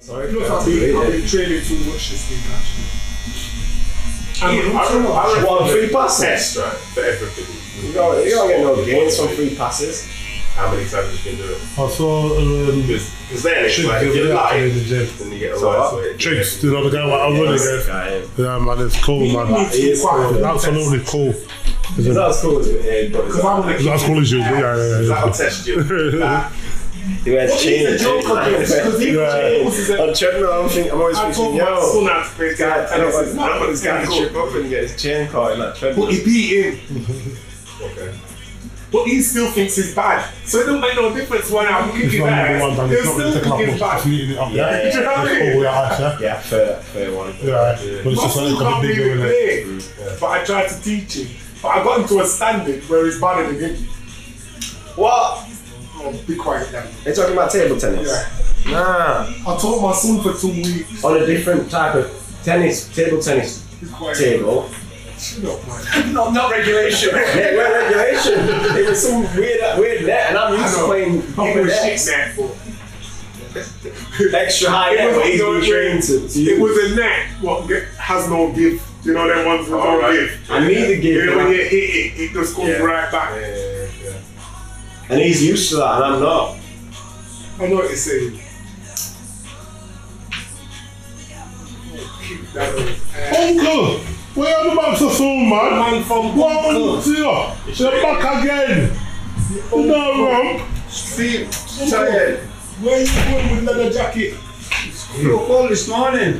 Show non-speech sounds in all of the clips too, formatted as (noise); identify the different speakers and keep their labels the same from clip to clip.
Speaker 1: Sorry,
Speaker 2: You know, I've been, I've been training too much this week, actually.
Speaker 3: I mean, I don't- I don't-
Speaker 1: Well, free passes.
Speaker 3: test, right, for everybody.
Speaker 1: You don't, you don't get no gains from free passes.
Speaker 3: How many times you can do it?
Speaker 4: saw um,
Speaker 3: Because then it's
Speaker 4: Troops
Speaker 3: like,
Speaker 4: the
Speaker 3: if
Speaker 4: other
Speaker 3: you're
Speaker 4: day actually in
Speaker 3: lying,
Speaker 4: the gym.
Speaker 3: then you get a
Speaker 1: So
Speaker 3: lie,
Speaker 1: what?
Speaker 3: so uh, it-
Speaker 4: Troops, the other guy, I'm running
Speaker 1: This
Speaker 4: there.
Speaker 1: guy,
Speaker 4: Yeah, man, it's cool, man.
Speaker 1: He is cool.
Speaker 4: Absolutely cool. er
Speaker 1: He's not as cool as eh, but he's
Speaker 3: Because I
Speaker 1: not-
Speaker 3: want to
Speaker 4: That's cool as you. Yeah, yeah, yeah.
Speaker 3: That'll test (laughs) you.
Speaker 5: Uh,
Speaker 3: Nah,
Speaker 1: He wears
Speaker 2: He's a
Speaker 1: chains.
Speaker 2: joke
Speaker 1: (laughs)
Speaker 2: on
Speaker 1: chains.
Speaker 2: this, because he
Speaker 4: Yeah.
Speaker 2: was a
Speaker 1: I'm tripping on thing. I'm always
Speaker 3: I told
Speaker 1: thinking,
Speaker 3: my son
Speaker 1: yo,
Speaker 3: not to
Speaker 1: guy,
Speaker 3: play guy
Speaker 1: I don't
Speaker 3: tennis.
Speaker 1: want this
Speaker 3: He's not
Speaker 1: man
Speaker 3: going
Speaker 1: this guy to trip
Speaker 3: to
Speaker 1: up and get his chain caught in that treadmill.
Speaker 3: But he beat him.
Speaker 1: Okay.
Speaker 3: But he still thinks he's bad. So it don't make no difference when I'm
Speaker 4: It's
Speaker 3: kicking
Speaker 4: not number one,
Speaker 3: back.
Speaker 4: man.
Speaker 3: He'll
Speaker 4: It's not
Speaker 3: still
Speaker 4: going to take a lot
Speaker 3: kicking back.
Speaker 4: of much. Eating it up, yeah.
Speaker 3: Do you know what I
Speaker 4: That's
Speaker 3: mean?
Speaker 4: cool, yeah, yeah.
Speaker 1: Yeah, fair, fair one.
Speaker 4: Yeah, but it's
Speaker 3: My
Speaker 4: just
Speaker 3: son
Speaker 4: like a
Speaker 3: can't
Speaker 4: big
Speaker 3: really
Speaker 4: deal, innit?
Speaker 3: play. But I tried to teach him. But I got him to a standard where he's bad at the game.
Speaker 1: What?
Speaker 3: Oh, be quiet now.
Speaker 1: They're talking about table tennis. Nah,
Speaker 3: I taught my son for two weeks.
Speaker 1: on a different type of tennis, table tennis
Speaker 3: Be quiet.
Speaker 1: table.
Speaker 3: Shut up, man.
Speaker 1: Not, not regulation. yeah, well, regulation. It was some weird, weird net, and I'm
Speaker 3: I
Speaker 1: used to
Speaker 3: know.
Speaker 1: playing
Speaker 3: It
Speaker 1: proper
Speaker 3: was shit,
Speaker 1: nets.
Speaker 3: man. but
Speaker 1: Extra high
Speaker 3: It
Speaker 1: net,
Speaker 3: was,
Speaker 1: but he's
Speaker 3: no,
Speaker 1: been
Speaker 3: it
Speaker 1: trained to,
Speaker 3: was,
Speaker 1: to
Speaker 3: it
Speaker 1: use.
Speaker 3: was a net what g- has no give. You know them ones with
Speaker 1: Oh,
Speaker 3: no
Speaker 1: right.
Speaker 3: give.
Speaker 1: I need the give,
Speaker 3: You know,
Speaker 1: yeah.
Speaker 3: when you hit it, it just comes
Speaker 1: Yeah.
Speaker 3: right back.
Speaker 1: and he's used to that, and I'm not.
Speaker 3: I know what you're saying. Oh, keep that up. Uh,
Speaker 4: Uncle, where are the bags of phone, man?
Speaker 3: Man from
Speaker 4: One, two, they're back again. No, wrong.
Speaker 3: Steve, Cheyenne, where you going with leather jacket?
Speaker 5: Football this morning.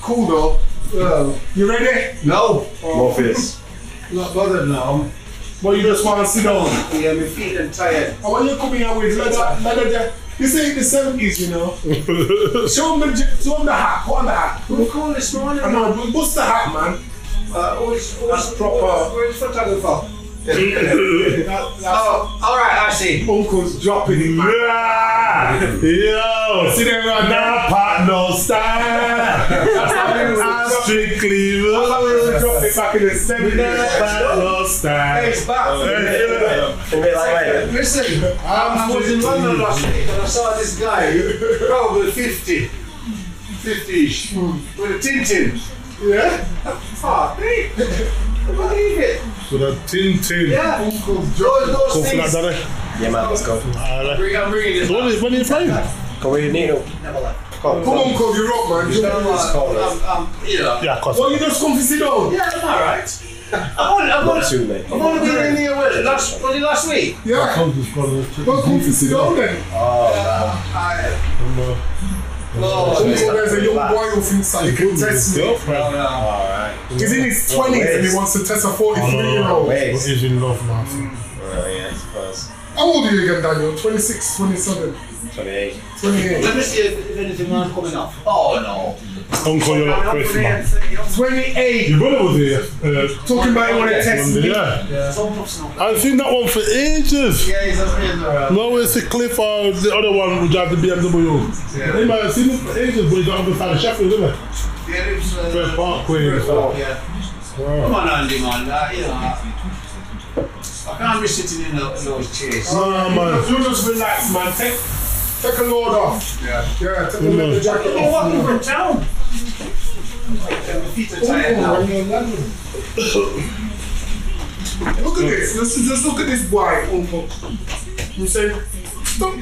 Speaker 3: Cool though.
Speaker 5: Well,
Speaker 3: You ready?
Speaker 5: no,
Speaker 1: Morpheus.
Speaker 5: not bothered now.
Speaker 3: Well, you just want to sit down. I
Speaker 5: Yeah, my feet are tired.
Speaker 3: want you coming here with leather, leather jacket. You say in the 70s,
Speaker 1: (laughs)
Speaker 3: you know. show, him the, j- show him the hat. Put on the hat.
Speaker 5: We're cool this morning.
Speaker 3: I
Speaker 5: Uh,
Speaker 3: know, but what's the hat, man?
Speaker 5: who's, who's,
Speaker 3: That's proper.
Speaker 5: Where's photographer?
Speaker 3: That, that's-
Speaker 5: Oh, all right, I see.
Speaker 3: uncle's dropping it, man.
Speaker 4: Yeah,
Speaker 3: See
Speaker 4: yo.
Speaker 3: there, man.
Speaker 4: Nah, part no style.
Speaker 3: That's how they was
Speaker 4: I
Speaker 3: dropping-
Speaker 4: strictly
Speaker 3: that's how they was
Speaker 4: love.
Speaker 3: dropping it back in the
Speaker 4: Nah,
Speaker 3: 70s.
Speaker 4: part no
Speaker 5: Hey,
Speaker 4: style.
Speaker 5: it's back. Listen, um, I was in London last week and I saw this guy, probably 50, 50-ish, with a Tintin.
Speaker 3: Yeah?
Speaker 5: Fuck, hey, believe it.
Speaker 4: With a tin tin.
Speaker 5: Yeah, those,
Speaker 4: Go
Speaker 5: those
Speaker 4: for that,
Speaker 5: things.
Speaker 4: daddy.
Speaker 1: Yeah, man, let's go.
Speaker 4: Alright.
Speaker 5: I'm bringing this
Speaker 4: So when
Speaker 5: back.
Speaker 4: is- when are you playing?
Speaker 1: Can we need him?
Speaker 5: Never left.
Speaker 1: Come
Speaker 3: Come on, Uncle, you're up, man.
Speaker 5: No,
Speaker 3: Jump.
Speaker 5: uh, um, um, you know.
Speaker 4: Yeah, of course.
Speaker 3: Well, you just come to sit down.
Speaker 5: Yeah, I'm alright. I've only, I've
Speaker 1: Not
Speaker 5: only,
Speaker 1: too late.
Speaker 5: I've only been in here with last, was it last week?
Speaker 3: Yeah. Well, come to sit down then.
Speaker 5: I,
Speaker 4: uh,
Speaker 3: Uncle,
Speaker 5: Lord.
Speaker 3: there's a young boy who thinks that he can test me.
Speaker 4: Girlfriend.
Speaker 1: Alright.
Speaker 3: He's in his 20s and he wants to test a 43 year old.
Speaker 1: Wait.
Speaker 4: uh, What is in love, man?
Speaker 1: Oh, yeah, I suppose.
Speaker 3: How old are you again, Daniel? 26, 27,
Speaker 1: 28.
Speaker 3: 28.
Speaker 5: Let me see if, if anything mine's coming up. Oh no.
Speaker 4: Uncle, you're not Chris, man.
Speaker 3: 28.
Speaker 4: Your brother was here. Uh,
Speaker 3: Talking about he want to test me.
Speaker 4: yeah.
Speaker 5: Some personal.
Speaker 4: I've seen that one for ages.
Speaker 5: Yeah, he's up here. uh,
Speaker 4: No, it's a cliff or the other one who drives the BMW. Yeah. Hey man, I've seen it for ages, but it's on the other side of Sheffield, isn't it?
Speaker 5: The Arabs.
Speaker 4: First
Speaker 5: uh,
Speaker 4: Parkway. and stuff.
Speaker 5: Yeah. Come
Speaker 4: Wow.
Speaker 5: on, Andy, man. Uh, you know. I can't be sitting in tho- those chairs.
Speaker 4: Nah, man.
Speaker 3: You just relax, man. Take, take a load off.
Speaker 5: Yeah.
Speaker 3: Yeah, take a load of jacket
Speaker 5: You're
Speaker 3: off.
Speaker 5: walking from town. Yeah, My feet are tired now.
Speaker 3: Uncle, when you're landing. Look at this. Just, just look at this boy, Uncle. You say, stop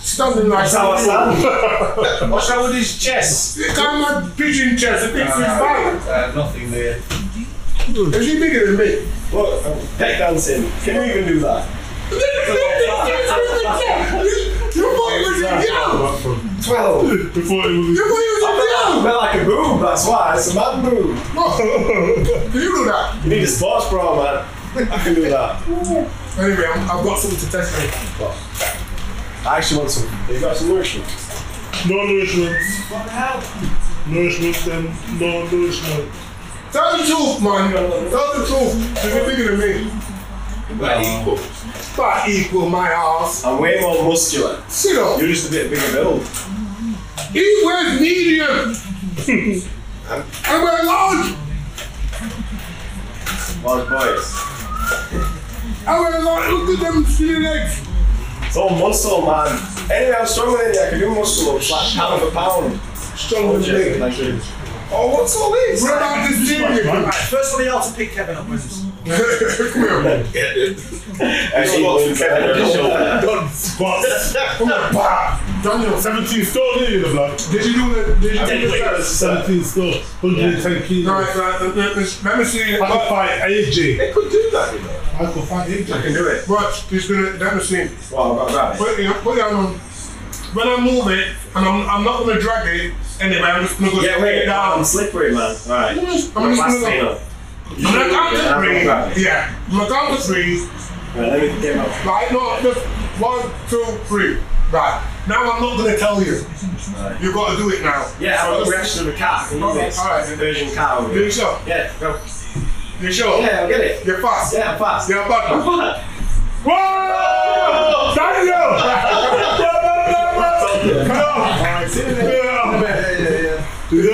Speaker 3: standing like
Speaker 5: That's how I
Speaker 3: that.
Speaker 5: sound. What's wrong with his chest?
Speaker 3: Can't my pigeon chest. It thinks he's fine.
Speaker 5: Uh, nothing there.
Speaker 3: Is he bigger than me?
Speaker 1: Look, peg dancing. Can you even do that?
Speaker 3: Your boy was a young!
Speaker 1: 12.
Speaker 4: Before it was.
Speaker 3: Your boy
Speaker 1: I
Speaker 3: was
Speaker 1: felt like a boob, that's why. It's a man boob.
Speaker 3: a young! Can you (laughs) do that?
Speaker 1: You need a sports bra, man. I can do that.
Speaker 3: Anyway, I'm, I've got something to test me.
Speaker 1: I actually want some. Have you got some nourishment?
Speaker 4: No nourishment.
Speaker 5: What the hell?
Speaker 4: Nourishment and no nourishment.
Speaker 3: Tell the truth, man. Tell the truth. Is he bigger than me?
Speaker 1: No.
Speaker 3: But equal my ass.
Speaker 1: I'm way more muscular.
Speaker 3: Shut up.
Speaker 1: You're just a bit bigger build.
Speaker 3: He wears medium. I wear large.
Speaker 1: Large boys.
Speaker 3: I wear large. Look at them skinny legs.
Speaker 1: It's all muscle, man. Anyway, I'm struggling in the academic muscle, it's like pound for pound.
Speaker 4: Strong with
Speaker 1: Legit,
Speaker 4: the
Speaker 1: like, Oh, what's all this?
Speaker 3: What about this theory? (laughs)
Speaker 4: man.
Speaker 6: First one y'all to pick Kevin up, Moses.
Speaker 1: Hey, what's the-
Speaker 4: Done squats. I'm like, bah. Daniel, 17 stone in the block.
Speaker 3: Did you do the? Did you do the test?
Speaker 4: 17 stone, 110 kilos.
Speaker 3: Right, right. Let let me let me see.
Speaker 4: I could
Speaker 3: But
Speaker 4: fight AJ.
Speaker 1: They could do that, you know.
Speaker 4: I could fight AJ.
Speaker 1: I can do it.
Speaker 3: but he's gonna let me see.
Speaker 1: Well, I've got that.
Speaker 3: Put it put it on. When I move it, and I'm I'm not gonna drag it anyway. I'm just gonna go
Speaker 1: Yeah,
Speaker 3: straight
Speaker 1: wait,
Speaker 3: down.
Speaker 1: I'm slippery, man. Alright.
Speaker 3: I'm just I'm just gonna go. I'm not
Speaker 1: Yeah, I'm
Speaker 3: counting
Speaker 1: gonna
Speaker 3: three. Yeah, I'm not counting three.
Speaker 1: Right, let me get my.
Speaker 3: Right, no, just one, two, three. Right. Now I'm not gonna tell you. You've got to do it now.
Speaker 1: Yeah, I've got the reaction of a car. Can you do this?
Speaker 3: Alright.
Speaker 1: Version car over
Speaker 3: You
Speaker 1: here.
Speaker 3: sure?
Speaker 1: Yeah, go.
Speaker 3: You sure?
Speaker 1: Yeah, I'll get it.
Speaker 3: You're fast.
Speaker 1: Yeah, I'm fast.
Speaker 3: You're a bad
Speaker 1: I'm
Speaker 3: man.
Speaker 1: fast.
Speaker 4: Whoa! Daniel! Come on! Yeah. Yeah. I'm a bad man. He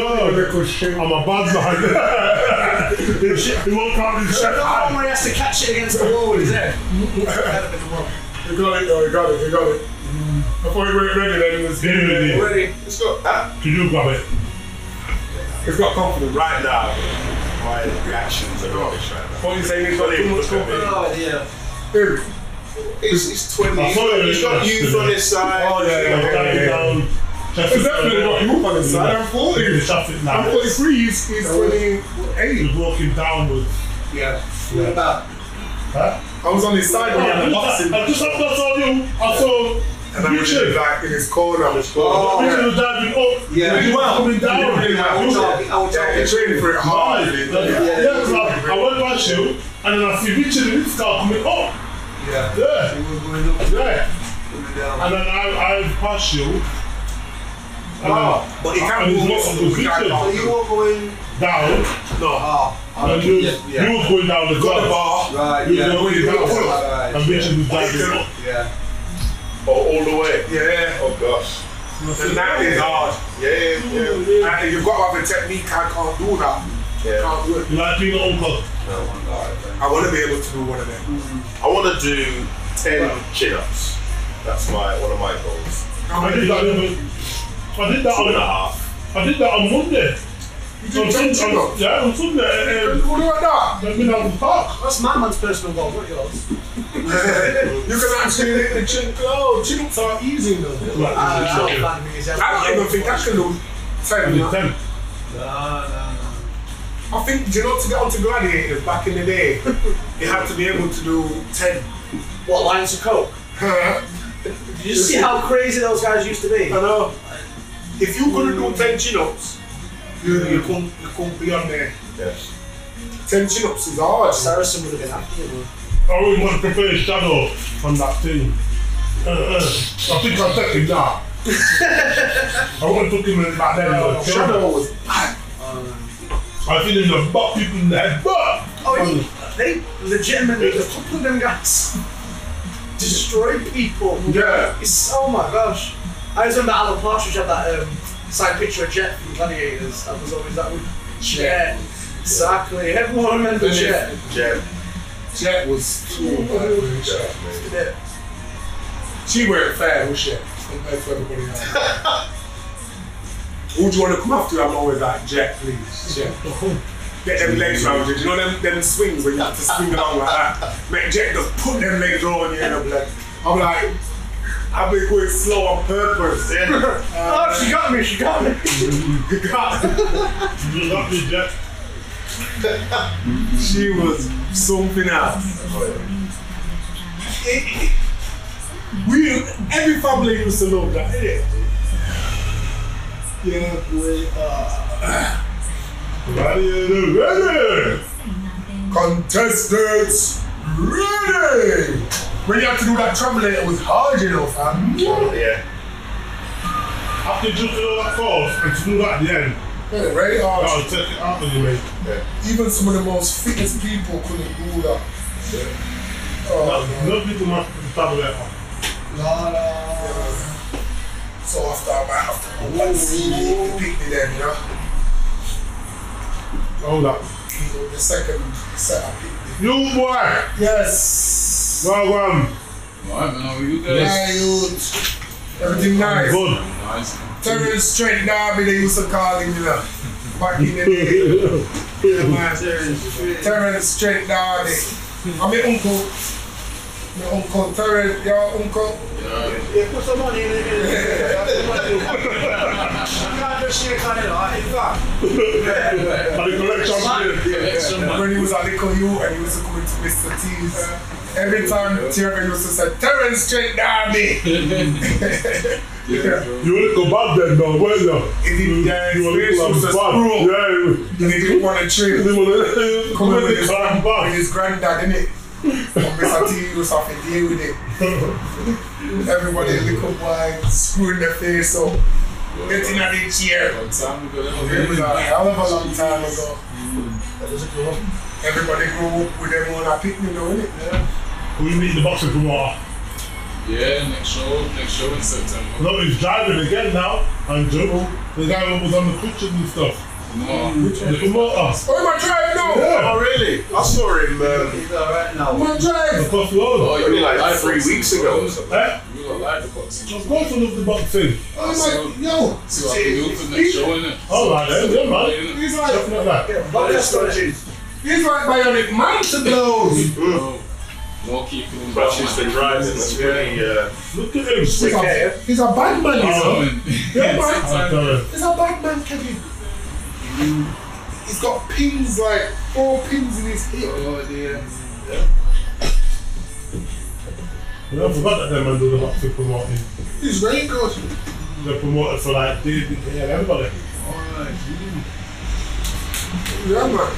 Speaker 4: won't come in check.
Speaker 6: Oh, one has to catch it against the wall, is it?
Speaker 3: You got it, though. You got it. You got it. Before you get ready, then it's
Speaker 4: Get ready.
Speaker 1: Ready? Let's go. Ah.
Speaker 5: uh,
Speaker 4: Can you grab it?
Speaker 3: It's got confidence.
Speaker 5: Right now, my reactions are rubbish right now.
Speaker 3: What you saying? It's got too much confidence.
Speaker 6: Oh, yeah.
Speaker 3: Here.
Speaker 5: It's, it's 20.
Speaker 4: I saw it.
Speaker 5: He's got youth on his side.
Speaker 3: Oh, yeah, yeah, yeah.
Speaker 4: Down, down.
Speaker 3: It's definitely got
Speaker 4: Traffic
Speaker 3: you on his side. I'm 40.
Speaker 4: Look at the traffic now.
Speaker 3: I'm 43. He's, he's 28.
Speaker 4: He's walking downwards.
Speaker 3: Yeah.
Speaker 6: What about?
Speaker 4: Huh?
Speaker 3: I was on his side when he had the boxing.
Speaker 4: I just happened to saw you. I saw
Speaker 3: And I'm really like in his corner.
Speaker 4: Oh,
Speaker 3: Oh,
Speaker 4: yeah.
Speaker 3: yeah.
Speaker 4: was diving up.
Speaker 6: Yeah.
Speaker 4: Richard was coming down.
Speaker 3: Yeah, really,
Speaker 4: I
Speaker 3: like,
Speaker 4: was like,
Speaker 6: I will
Speaker 3: Yeah, he trained for it hard.
Speaker 4: "Why?"
Speaker 3: didn't he?
Speaker 4: Like,
Speaker 3: Yeah.
Speaker 4: yeah, 'cause I, I went by you, and then I see Richard and this guy coming up.
Speaker 6: Yeah.
Speaker 4: Yeah,
Speaker 6: We're going up,
Speaker 4: yeah.
Speaker 6: we're down.
Speaker 4: And then I, I pass you. And
Speaker 3: Wow. But he
Speaker 4: And
Speaker 3: can't
Speaker 4: he's
Speaker 3: move
Speaker 4: not
Speaker 3: muscle. He can't
Speaker 4: positioned.
Speaker 6: So you were going.
Speaker 4: then down. No.
Speaker 6: Oh,
Speaker 4: And you, you were going down the
Speaker 3: Got the
Speaker 4: bar.
Speaker 3: bar.
Speaker 6: Right,
Speaker 4: You
Speaker 6: yeah.
Speaker 4: were going
Speaker 3: Yeah.
Speaker 4: down.
Speaker 6: Right,
Speaker 4: And Richard was diving up.
Speaker 6: Yeah.
Speaker 5: Oh, all the way.
Speaker 3: Yeah.
Speaker 5: Oh, gosh.
Speaker 3: And that is hard.
Speaker 5: Yeah, yeah.
Speaker 3: And you've got to have a technique. I can't do that.
Speaker 5: yeah.
Speaker 3: Can't do it.
Speaker 4: You like being an uncle.
Speaker 3: I want to be able to do one of them.
Speaker 5: I want to do 10 chin ups. That's my one of my goals.
Speaker 3: How
Speaker 4: I
Speaker 3: many?
Speaker 4: did that.
Speaker 3: You
Speaker 4: I did that
Speaker 5: Two and a
Speaker 4: on.
Speaker 5: half.
Speaker 4: I did that on Monday.
Speaker 3: do
Speaker 4: On
Speaker 3: ten
Speaker 4: Sunday-
Speaker 3: chin-ups.
Speaker 4: Yeah, on Sunday.
Speaker 3: You
Speaker 4: um,
Speaker 3: can do it that.
Speaker 4: I've been out in the park.
Speaker 6: That's my man's personal goal, what yours?
Speaker 3: You can actually lick the chin. Oh, chin ups are easy though.
Speaker 6: I
Speaker 4: Yeah.
Speaker 5: آه،
Speaker 6: don't know, man, because
Speaker 3: I don't even think I can do ten.
Speaker 4: Only
Speaker 3: man.
Speaker 4: ten.
Speaker 6: No, no,
Speaker 3: I think you know to get onto gladiators back in the day,
Speaker 4: (laughs)
Speaker 3: you had to be able to do ten.
Speaker 6: no. What, lines of coke? Did you see how crazy those guys used to be?
Speaker 3: I know. If you couldn't do ten chin-ups, you you couldn't you couldn't be on there.
Speaker 5: Yes.
Speaker 3: Ten chin-ups is hard.
Speaker 6: Saracen would have been after you.
Speaker 4: I always want to play shadow on that team. Uh, uh, I think I took him down. I want to took him in back then. Uh,
Speaker 3: Shadow was
Speaker 4: I think there's a butt people in the head. But
Speaker 6: Oh, they legitimately, a couple of them guys destroy people.
Speaker 3: yeah.
Speaker 6: It's, oh my gosh. I just remember Alan Partridge had that um, signed picture of Jet from Gladiators. That was always that with Jet. Exactly. Everyone remembers Jet.
Speaker 5: Jen.
Speaker 3: Jet was too bad. man. Jet.
Speaker 6: Yeah.
Speaker 3: She weren't fair, was she? Compared to everybody else. Who do you want to come after? I'm always like, Jack, please, Jack. Get them legs round you. Do you know them, them swings where you have to swing along like that? Mate, Jack just put them legs on you and I'm like, I'm like, I've been going slow on purpose. (laughs) Uh,
Speaker 6: Oh, she got me, she got me.
Speaker 3: God,
Speaker 4: you got me, Jack.
Speaker 3: she was something else. It- it- We, every family used to love that, innit? Yeah, boy.
Speaker 4: Ready, ready.
Speaker 3: Contestants, ready! When you have to do that trembling, it was hard, you know, fam.
Speaker 5: Yeah.
Speaker 4: After you just do that course and to do that at the end,
Speaker 3: Yeah, Very hard.
Speaker 4: I'll take it out of you, mate.
Speaker 3: Even some of the most fittest people couldn't do that.
Speaker 4: But
Speaker 3: Oh,
Speaker 4: No people must have that on.
Speaker 6: La la.
Speaker 3: man. So after I might have to go back see it, pick me then, you know.
Speaker 4: Hold up.
Speaker 3: You know, The second set I picked
Speaker 4: You boy,
Speaker 3: it. Yes!
Speaker 4: well, um,
Speaker 7: Alright, man, how are you
Speaker 3: Yeah,
Speaker 7: guys?
Speaker 3: you. Everything nice.
Speaker 4: Good.
Speaker 3: Terrence Straight Derby, they used to call him, you know. Back in the day. yeah, man. Terrence Straight Derby. I'm your uncle. My uncle Terrence, your uncle.
Speaker 6: Yeah, put some money in it. Can't just shake on it, like that.
Speaker 4: And the collection plate.
Speaker 3: (laughs) When he was a little youth and he used to come into Mr. T's. Every time Terrence used to say, Terrence Straight Derby. yeah.
Speaker 4: You only go back then, though, were you?
Speaker 3: He didn't, yeah,
Speaker 4: You
Speaker 3: his
Speaker 4: only
Speaker 3: face
Speaker 4: go
Speaker 3: was a
Speaker 4: back.
Speaker 3: screw up.
Speaker 4: Yeah.
Speaker 3: And he didn't want to trade.
Speaker 4: They wanna-
Speaker 3: (laughs) Come
Speaker 4: Come
Speaker 3: with
Speaker 4: with
Speaker 3: his,
Speaker 4: the time
Speaker 3: with
Speaker 4: back.
Speaker 3: his granddad, innit? From Mr. T was off a deal (laughs) with it. Everybody little boy screwing their face up, getting at the chair. It was a hell of a long time ago. Mm. Everybody grew up with them on a picnic though, innit?
Speaker 4: We meet the boxing promoter.
Speaker 7: Yeah, next show, next show in September.
Speaker 4: No, he's driving again now. And Joe, the guy who was on the kitchen and stuff.
Speaker 7: No,
Speaker 4: The promoter.
Speaker 3: Oh, my drive now!
Speaker 4: Yeah.
Speaker 5: Oh, really? I saw him um,
Speaker 6: He's alright now.
Speaker 3: My drive!
Speaker 4: Across the road.
Speaker 7: Oh, you
Speaker 5: Only
Speaker 7: were
Speaker 5: like
Speaker 7: live
Speaker 5: three
Speaker 7: boxing.
Speaker 5: weeks ago or
Speaker 4: Eh?
Speaker 7: Oh, You were live the boxing.
Speaker 4: Of course, I love the boxing.
Speaker 3: Oh, my, yo!
Speaker 7: See what I can do for the next show, innit?
Speaker 4: All right, then, yeah, man.
Speaker 3: He's like,
Speaker 4: Definitely that.
Speaker 6: But that's not it.
Speaker 3: he's like Bionic Man to blows!
Speaker 7: No, no keeping him
Speaker 5: but
Speaker 7: down,
Speaker 5: she's
Speaker 7: man.
Speaker 5: been driving. That's really uh,
Speaker 4: Look at him.
Speaker 3: He's a, he's a bad man, he's a-
Speaker 7: Coming.
Speaker 3: Yeah, man.
Speaker 4: I tell you.
Speaker 3: It's a bad man, Kevin. He's got pins, like four pins in his hip.
Speaker 7: Oh, dear.
Speaker 4: Yeah, I forgot that them man do the boxing promoting.
Speaker 3: He's very good.
Speaker 4: The promoter for like David yeah, everybody.
Speaker 7: Alright.
Speaker 3: Yeah, man.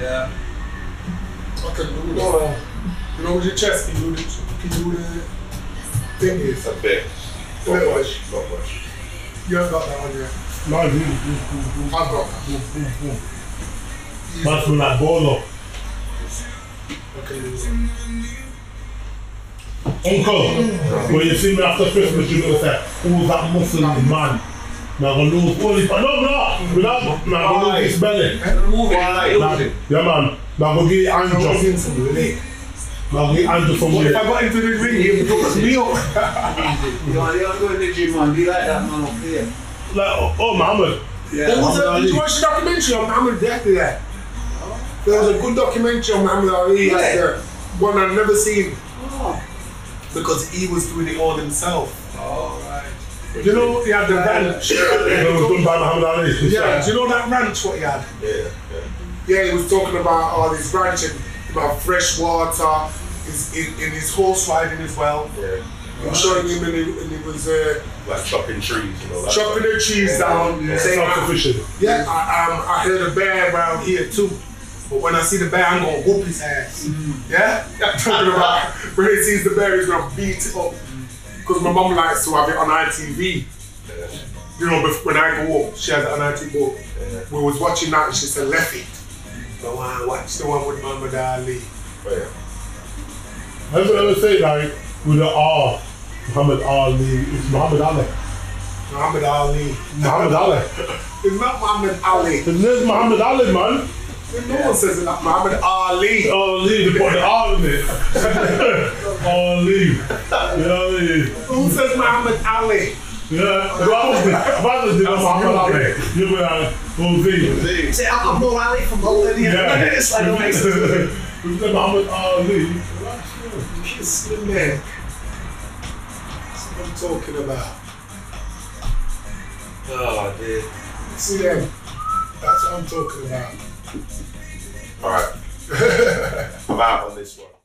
Speaker 7: Yeah.
Speaker 3: I can do that. You know, with your chest, you do the, you do the thing is.
Speaker 5: a bit. Not
Speaker 3: Little
Speaker 5: much. Not much.
Speaker 3: You haven't got that one yet.
Speaker 4: No, boom, boom, boom, boom,
Speaker 3: I've got that.
Speaker 4: boom, boom, boom. Man from that ball up.
Speaker 3: I can do that.
Speaker 4: Uncle, when you see me after Christmas, you know that all that muscle man. Now I'm gonna lose all his, no, no, without, now I'm gonna lose his belly.
Speaker 3: And remove it.
Speaker 4: Now, yeah, man. Now I'm gonna get
Speaker 3: I was
Speaker 4: Andrew.
Speaker 3: into the lake.
Speaker 4: Now I'm gonna get Andrew from
Speaker 3: If
Speaker 4: here.
Speaker 3: I got into the ring, he would hook me up.
Speaker 5: Yeah, I'm going to the gym, man. Do you like that man up here?
Speaker 4: Like, oh, Muhammad.
Speaker 3: There was a, did you watch the documentary on Muhammad Death there? There was a good documentary on Muhammad Ali.
Speaker 5: Yeah.
Speaker 3: that's, uh, One I've never seen. Because he was doing it all himself. You know, he had the ranch.
Speaker 4: It was done by Muhammad Ali. (laughs)
Speaker 3: yeah, do you know that ranch what he had?
Speaker 5: Yeah, yeah.
Speaker 3: Yeah, he was talking about oh, all his ranching, about fresh water, his, in, in his horse riding as well.
Speaker 5: yeah.
Speaker 3: I'm showing him and he, and he was uh,
Speaker 5: Like chopping trees and all that.
Speaker 3: chopping the trees down, saying, "Ah,
Speaker 4: Self-sufficient.
Speaker 3: Yeah, I, um, I heard a bear around here too. But when I see the bear, I'm gonna whoop his ass. Yeah? I'm talking about when he sees the bear, he's gonna beat it up. Because my mum likes to have it on ITV. You know, bef- when I go up, she has it on ITV. We was watching that and she said, left it. So I watched Oh, the one with Muhammad Ali.
Speaker 5: Yeah.
Speaker 4: Have you ever say like with the R, Muhammad Ali? It's Muhammad Ali.
Speaker 3: Muhammad Ali.
Speaker 4: Muhammad Ali.
Speaker 3: It's not Muhammad Ali.
Speaker 4: His name's Muhammad Ali, man.
Speaker 3: No one says it like Muhammad Ali.
Speaker 4: Ali, they put the R in it. Ali. You know what I mean?
Speaker 3: Who says Muhammad Ali?
Speaker 4: Yeah. If I was the, if I was the Muhammad Ali, you'd be like, oh, V.
Speaker 6: See, I'm I'm more Ali from Bolton here.
Speaker 4: Yeah.
Speaker 6: It's like, it makes sense.
Speaker 4: His name Muhammad Ali.
Speaker 3: Kiss the neck. That's what I'm talking about.
Speaker 5: Oh, dear.
Speaker 3: See them? That's what I'm talking about.
Speaker 5: All right. (laughs) I'm out on this one.